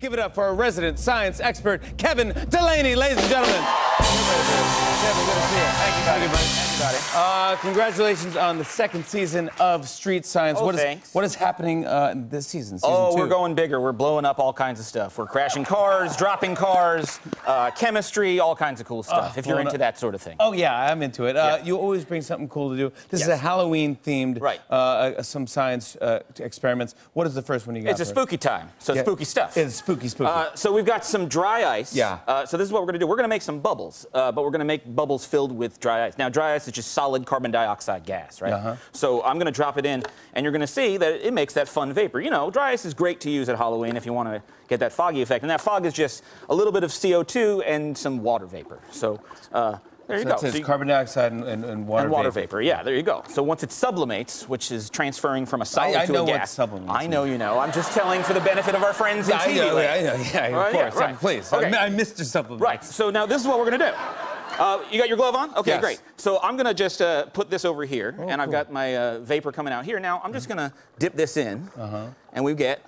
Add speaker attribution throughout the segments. Speaker 1: Give it up for our resident science expert, Kevin Delaney, ladies and gentlemen. Kevin, good to see you.
Speaker 2: Thank you, buddy. Thank you, buddy.
Speaker 1: Uh, congratulations on the second season of Street Science.
Speaker 2: Oh,
Speaker 1: What is-
Speaker 2: thanks.
Speaker 1: what is happening uh, this season? season
Speaker 2: Oh,
Speaker 1: two?
Speaker 2: we're going bigger. We're blowing up all kinds of stuff. We're crashing cars, dropping cars, uh, chemistry, all kinds of cool stuff. if you're
Speaker 1: Ah, blowing
Speaker 2: into
Speaker 1: up-
Speaker 2: that sort of thing.
Speaker 1: Oh yeah, I'm into it. Uh,
Speaker 2: Yeah.
Speaker 1: You always bring something cool to do. This is
Speaker 2: Yes.
Speaker 1: a Halloween themed,
Speaker 2: Right.
Speaker 1: uh, uh, some science uh, experiments. What is the first one you got?
Speaker 2: It's a
Speaker 1: for us?
Speaker 2: spooky time, so
Speaker 1: Yeah.
Speaker 2: spooky stuff.
Speaker 1: It's spooky, spooky.
Speaker 2: Uh, so we've got some dry ice.
Speaker 1: Yeah.
Speaker 2: Uh, so this is what we're going to do. We're going to make some bubbles, uh, but we're going to make bubbles filled with dry ice. Now, dry ice is just solid carbon dioxide gas, right?
Speaker 1: Uh-huh.
Speaker 2: So I'm going to drop it in, and you're going to see that it makes that fun vapor. You know, dry ice is great to use at Halloween if you want to get that foggy effect. And that fog is just a little bit of CO2 and some water vapor. So uh, there you
Speaker 1: so
Speaker 2: go.
Speaker 1: it says
Speaker 2: So you-
Speaker 1: carbon dioxide and, and, and water
Speaker 2: and water vapor. Yeah, there you go. So once it sublimates, which is transferring from a solid
Speaker 1: I
Speaker 2: to
Speaker 1: know
Speaker 2: a
Speaker 1: what
Speaker 2: gas.
Speaker 1: sublimates
Speaker 2: I know you know. I'm just telling for the benefit of our friends in
Speaker 1: I
Speaker 2: TV
Speaker 1: know,
Speaker 2: land.
Speaker 1: yeah, I know, yeah, of
Speaker 2: Right, Oh, yeah,
Speaker 1: course.
Speaker 2: right.
Speaker 1: Please,
Speaker 2: Okay.
Speaker 1: I, I missed your supplement.
Speaker 2: Right. So now this is what we're gonna do. Uh, you got your glove on? Okay,
Speaker 1: Yes. Oh,
Speaker 2: great. So I'm gonna just uh, put this over here, and I've
Speaker 1: cool.
Speaker 2: got my uh, vapor coming out here. Now I'm just gonna dip this in,
Speaker 1: Uh-huh.
Speaker 2: and we get.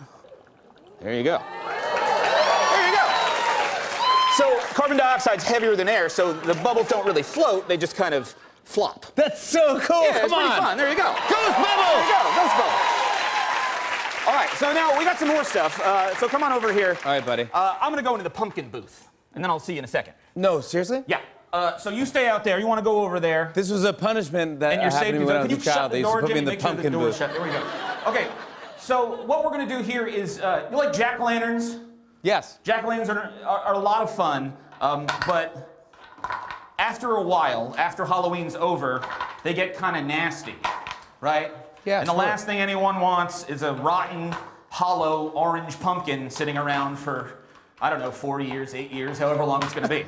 Speaker 2: There you go. There you go. So carbon dioxide's heavier than air, so the bubbles don't really float; they just kind of flop.
Speaker 1: That's so cool. Oh,
Speaker 2: Yeah,
Speaker 1: Come
Speaker 2: it's pretty
Speaker 1: on.
Speaker 2: fun. There you go.
Speaker 1: Ghost
Speaker 2: There you
Speaker 1: bubble.
Speaker 2: go. Ghost bubble. All right, so now we got some more stuff. Uh, so come on over here.
Speaker 1: All right, buddy.
Speaker 2: Uh, I'm gonna go into the pumpkin booth, and then I'll see you in a second.
Speaker 1: No, seriously.
Speaker 2: Yeah. Uh, so you stay out there. You want to go over there.
Speaker 1: This was a punishment that
Speaker 2: and you're
Speaker 1: happened to
Speaker 2: safe to
Speaker 1: me
Speaker 2: go.
Speaker 1: when I was
Speaker 2: Can you
Speaker 1: a child.
Speaker 2: shut
Speaker 1: They
Speaker 2: the
Speaker 1: used to
Speaker 2: door,
Speaker 1: put me
Speaker 2: Jimmy?
Speaker 1: in the
Speaker 2: Make sure the
Speaker 1: pumpkin
Speaker 2: door is
Speaker 1: booth.
Speaker 2: shut. There we go. Okay. So what we're gonna do here is, uh, you like jack o' lanterns?
Speaker 1: Yes.
Speaker 2: Jack o' lanterns are, are, are a lot of fun, um, but after a while, after Halloween's over, they get kind of nasty, right?
Speaker 1: Yeah,
Speaker 2: And the
Speaker 1: sure.
Speaker 2: last thing anyone wants is a rotten, hollow orange pumpkin sitting around for, I don't know, four years, eight years, however long it's gonna be.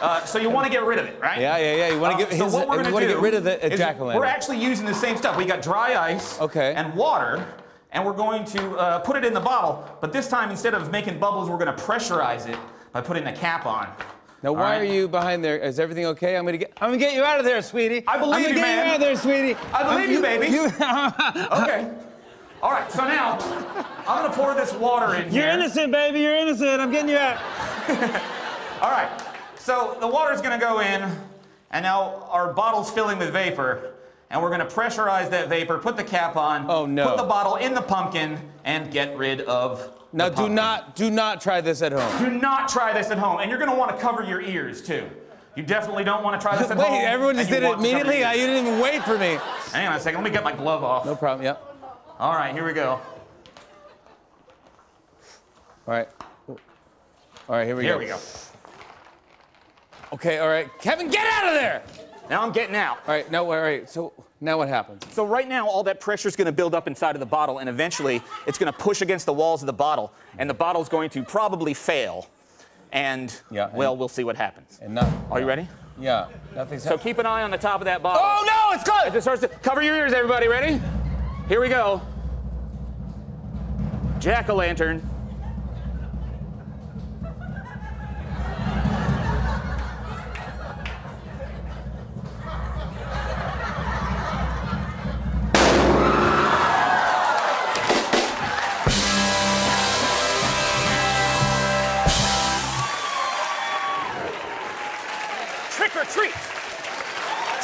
Speaker 2: Uh, so you want to get rid of it, right?
Speaker 1: Yeah, yeah, yeah. You wanna
Speaker 2: Uh,
Speaker 1: get-
Speaker 2: so
Speaker 1: his-
Speaker 2: what we're
Speaker 1: you
Speaker 2: gonna
Speaker 1: wanna
Speaker 2: do
Speaker 1: get rid of the, uh,
Speaker 2: is
Speaker 1: jack-o'-lantern.
Speaker 2: We're actually using the same stuff. We got dry ice
Speaker 1: Okay.
Speaker 2: and water, and we're going to uh, put it in the bottle. But this time, instead of making bubbles, we're going to pressurize it by putting a cap on.
Speaker 1: Now,
Speaker 2: All
Speaker 1: why
Speaker 2: right?
Speaker 1: are you behind there? Is everything okay? I'm gonna get, I'm gonna get you out of there, sweetie.
Speaker 2: I believe
Speaker 1: I'm gonna
Speaker 2: you,
Speaker 1: get
Speaker 2: man.
Speaker 1: you out of there, sweetie.
Speaker 2: I believe you, baby.
Speaker 1: baby.
Speaker 2: Okay. All right. So now, I'm going to pour this water in
Speaker 1: You,
Speaker 2: here.
Speaker 1: are innocent, baby. You're innocent. I'm getting you out.
Speaker 2: All right. So the water's going to go in, and now our bottle's filling with vapor. And we're gonna pressurize that vapor, put the cap on,
Speaker 1: Oh, no.
Speaker 2: put the bottle in the pumpkin, and get rid of.
Speaker 1: Now,
Speaker 2: the
Speaker 1: do
Speaker 2: pumpkin.
Speaker 1: not, do not try this at home.
Speaker 2: Do not try this at home, and you're gonna want to cover your ears too. You definitely don't want to try this at
Speaker 1: Wait,
Speaker 2: home.
Speaker 1: everyone
Speaker 2: and
Speaker 1: just
Speaker 2: you
Speaker 1: did it
Speaker 2: want to cover your
Speaker 1: immediately.
Speaker 2: ears.
Speaker 1: I, you didn't even wait for me.
Speaker 2: Hang on a second. Let me get my glove off.
Speaker 1: No problem. Yep. All
Speaker 2: All right, here we go.
Speaker 1: right. All right. Here we
Speaker 2: Here
Speaker 1: go.
Speaker 2: we go.
Speaker 1: Okay. All right. Kevin, get out of there.
Speaker 2: Now I'm getting out.
Speaker 1: All right. No. All right. So now what happens?
Speaker 2: So right now, all that pressure is going to build up inside of the bottle, and eventually, it's going to push against the walls of the bottle, and the bottle's going to probably fail. And
Speaker 1: Yeah, and-
Speaker 2: well, we'll see what happens.
Speaker 1: And nothing.
Speaker 2: Are you ready?
Speaker 1: Yeah. Nothing's
Speaker 2: So keep an eye on the top of that bottle.
Speaker 1: Oh no! It's
Speaker 2: As
Speaker 1: good.
Speaker 2: it starts to cover your ears, everybody. Ready? Here we go. Jack o' lantern. Trick or treat.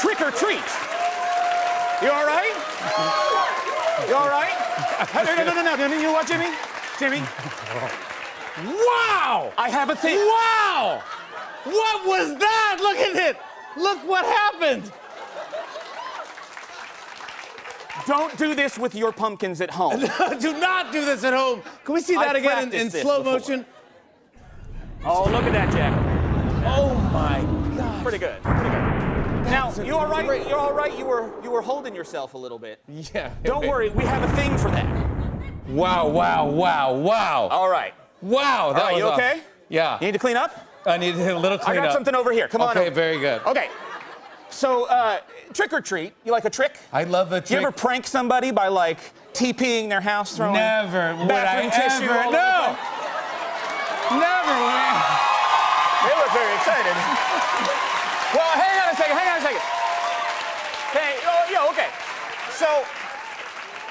Speaker 2: Trick or treat. You all right? You all right? No, no, no, no, no, no, no. You what, Jimmy? Jimmy,
Speaker 1: Wow!
Speaker 2: I have a thing.
Speaker 1: Wow! What was that? Look at it. Look what happened.
Speaker 2: Don't do this with your pumpkins at home.
Speaker 1: do not do this at home. Can we see
Speaker 2: I
Speaker 1: that again in,
Speaker 2: practiced
Speaker 1: in
Speaker 2: this
Speaker 1: slow
Speaker 2: before.
Speaker 1: motion?
Speaker 2: Oh, look at that, Jack.
Speaker 1: Oh my God.
Speaker 2: Pretty good. Pretty good. Now,
Speaker 1: That's
Speaker 2: you all right?
Speaker 1: great.
Speaker 2: You're all right. You were you were holding yourself a little bit.
Speaker 1: Yeah.
Speaker 2: Don't worry, we have a thing for that.
Speaker 1: Wow! Wow! Wow! Wow!
Speaker 2: All right.
Speaker 1: Wow! That
Speaker 2: right,
Speaker 1: was
Speaker 2: you
Speaker 1: awesome.
Speaker 2: okay?
Speaker 1: Yeah.
Speaker 2: You need to clean up?
Speaker 1: I need a little
Speaker 2: I
Speaker 1: cleanup.
Speaker 2: got something over here. Come on.
Speaker 1: Okay,
Speaker 2: over.
Speaker 1: very good.
Speaker 2: Okay. So, uh, trick or treat. You like a trick?
Speaker 1: I love a
Speaker 2: Do
Speaker 1: trick.
Speaker 2: you ever prank somebody by like TPing their house, throwing
Speaker 1: Never would I
Speaker 2: bathroom tissue
Speaker 1: ever.
Speaker 2: all over the
Speaker 1: No.
Speaker 2: place?
Speaker 1: Never would I.
Speaker 2: They were very excited. well, hang on a second, hang on a second. Hey, oh, yeah, okay. So,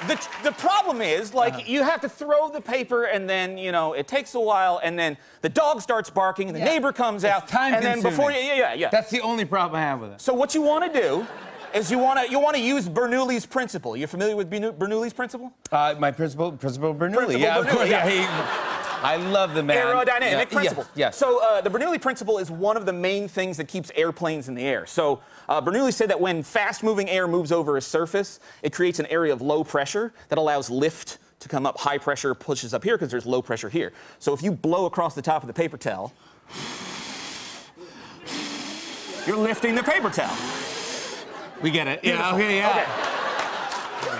Speaker 2: the, the problem is, like, you have to throw the paper, and then, you know, it takes a while, and then the dog starts barking, the
Speaker 3: Yeah.
Speaker 2: neighbor comes out,
Speaker 1: time
Speaker 2: and then before you,
Speaker 1: consuming.
Speaker 2: yeah, yeah, yeah.
Speaker 1: That's the only problem I have with it.
Speaker 2: so what you want to do is you want to you want to use Bernoulli's principle. You're familiar with Bernou- Bernoulli's principle?
Speaker 1: Uh, my principal, Principal Bernoulli.
Speaker 2: Principal
Speaker 1: yeah, of
Speaker 2: Bernoulli,
Speaker 1: course.
Speaker 2: yeah.
Speaker 1: Yeah. he- I love the man.
Speaker 2: Aerodynamic
Speaker 1: Yeah,
Speaker 2: principle.
Speaker 1: Yes. yes.
Speaker 2: So uh, the Bernoulli principle is one of the main things that keeps airplanes in the air. So uh, Bernoulli said that when fast-moving air moves over a surface, it creates an area of low pressure that allows lift to come up. High pressure pushes up here because there's low pressure here. So if you blow across the top of the paper towel, you're lifting the paper towel.
Speaker 1: we get it. Yeah. Okay. Yeah.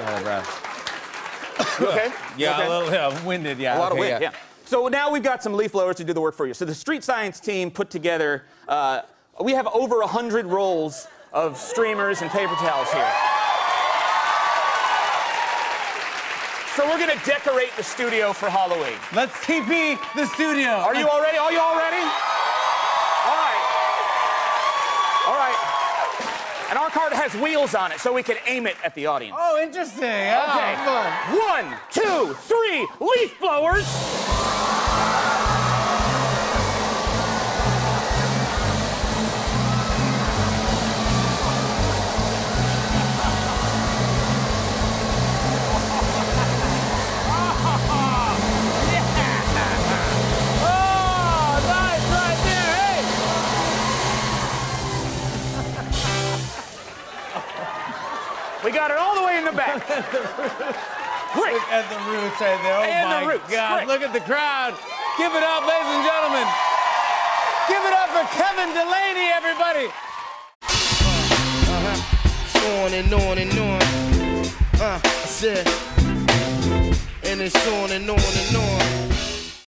Speaker 1: Oh, bro.
Speaker 2: You okay? You
Speaker 1: Yeah.
Speaker 2: okay?
Speaker 1: A little yeah, winded. Yeah.
Speaker 2: A lot
Speaker 1: okay,
Speaker 2: of wind, yeah. So now we've got some leaf blowers to do the work for you. So the street science team put together, uh, we have over 100 rolls of streamers and paper towels here. So we're gonna decorate the studio for Halloween.
Speaker 1: Let's TP the studio.
Speaker 2: Are you all ready? Are you all ready? All right. All right. And our card has wheels on it so we can aim it at the audience.
Speaker 1: Oh, interesting.
Speaker 2: Okay.
Speaker 1: Yeah,
Speaker 2: One, two, three, leaf blowers. Oh, nice right there. Hey, We got it all the way in the back. Great.
Speaker 1: Look at the roots right there. Oh
Speaker 2: And the
Speaker 1: my
Speaker 2: roots.
Speaker 1: God!
Speaker 2: Great.
Speaker 1: Look at the crowd. Give it up, ladies and gentlemen. Give it up for Kevin Delaney, everybody.
Speaker 4: on and on and on. Uh, I said, and it's on and on and on.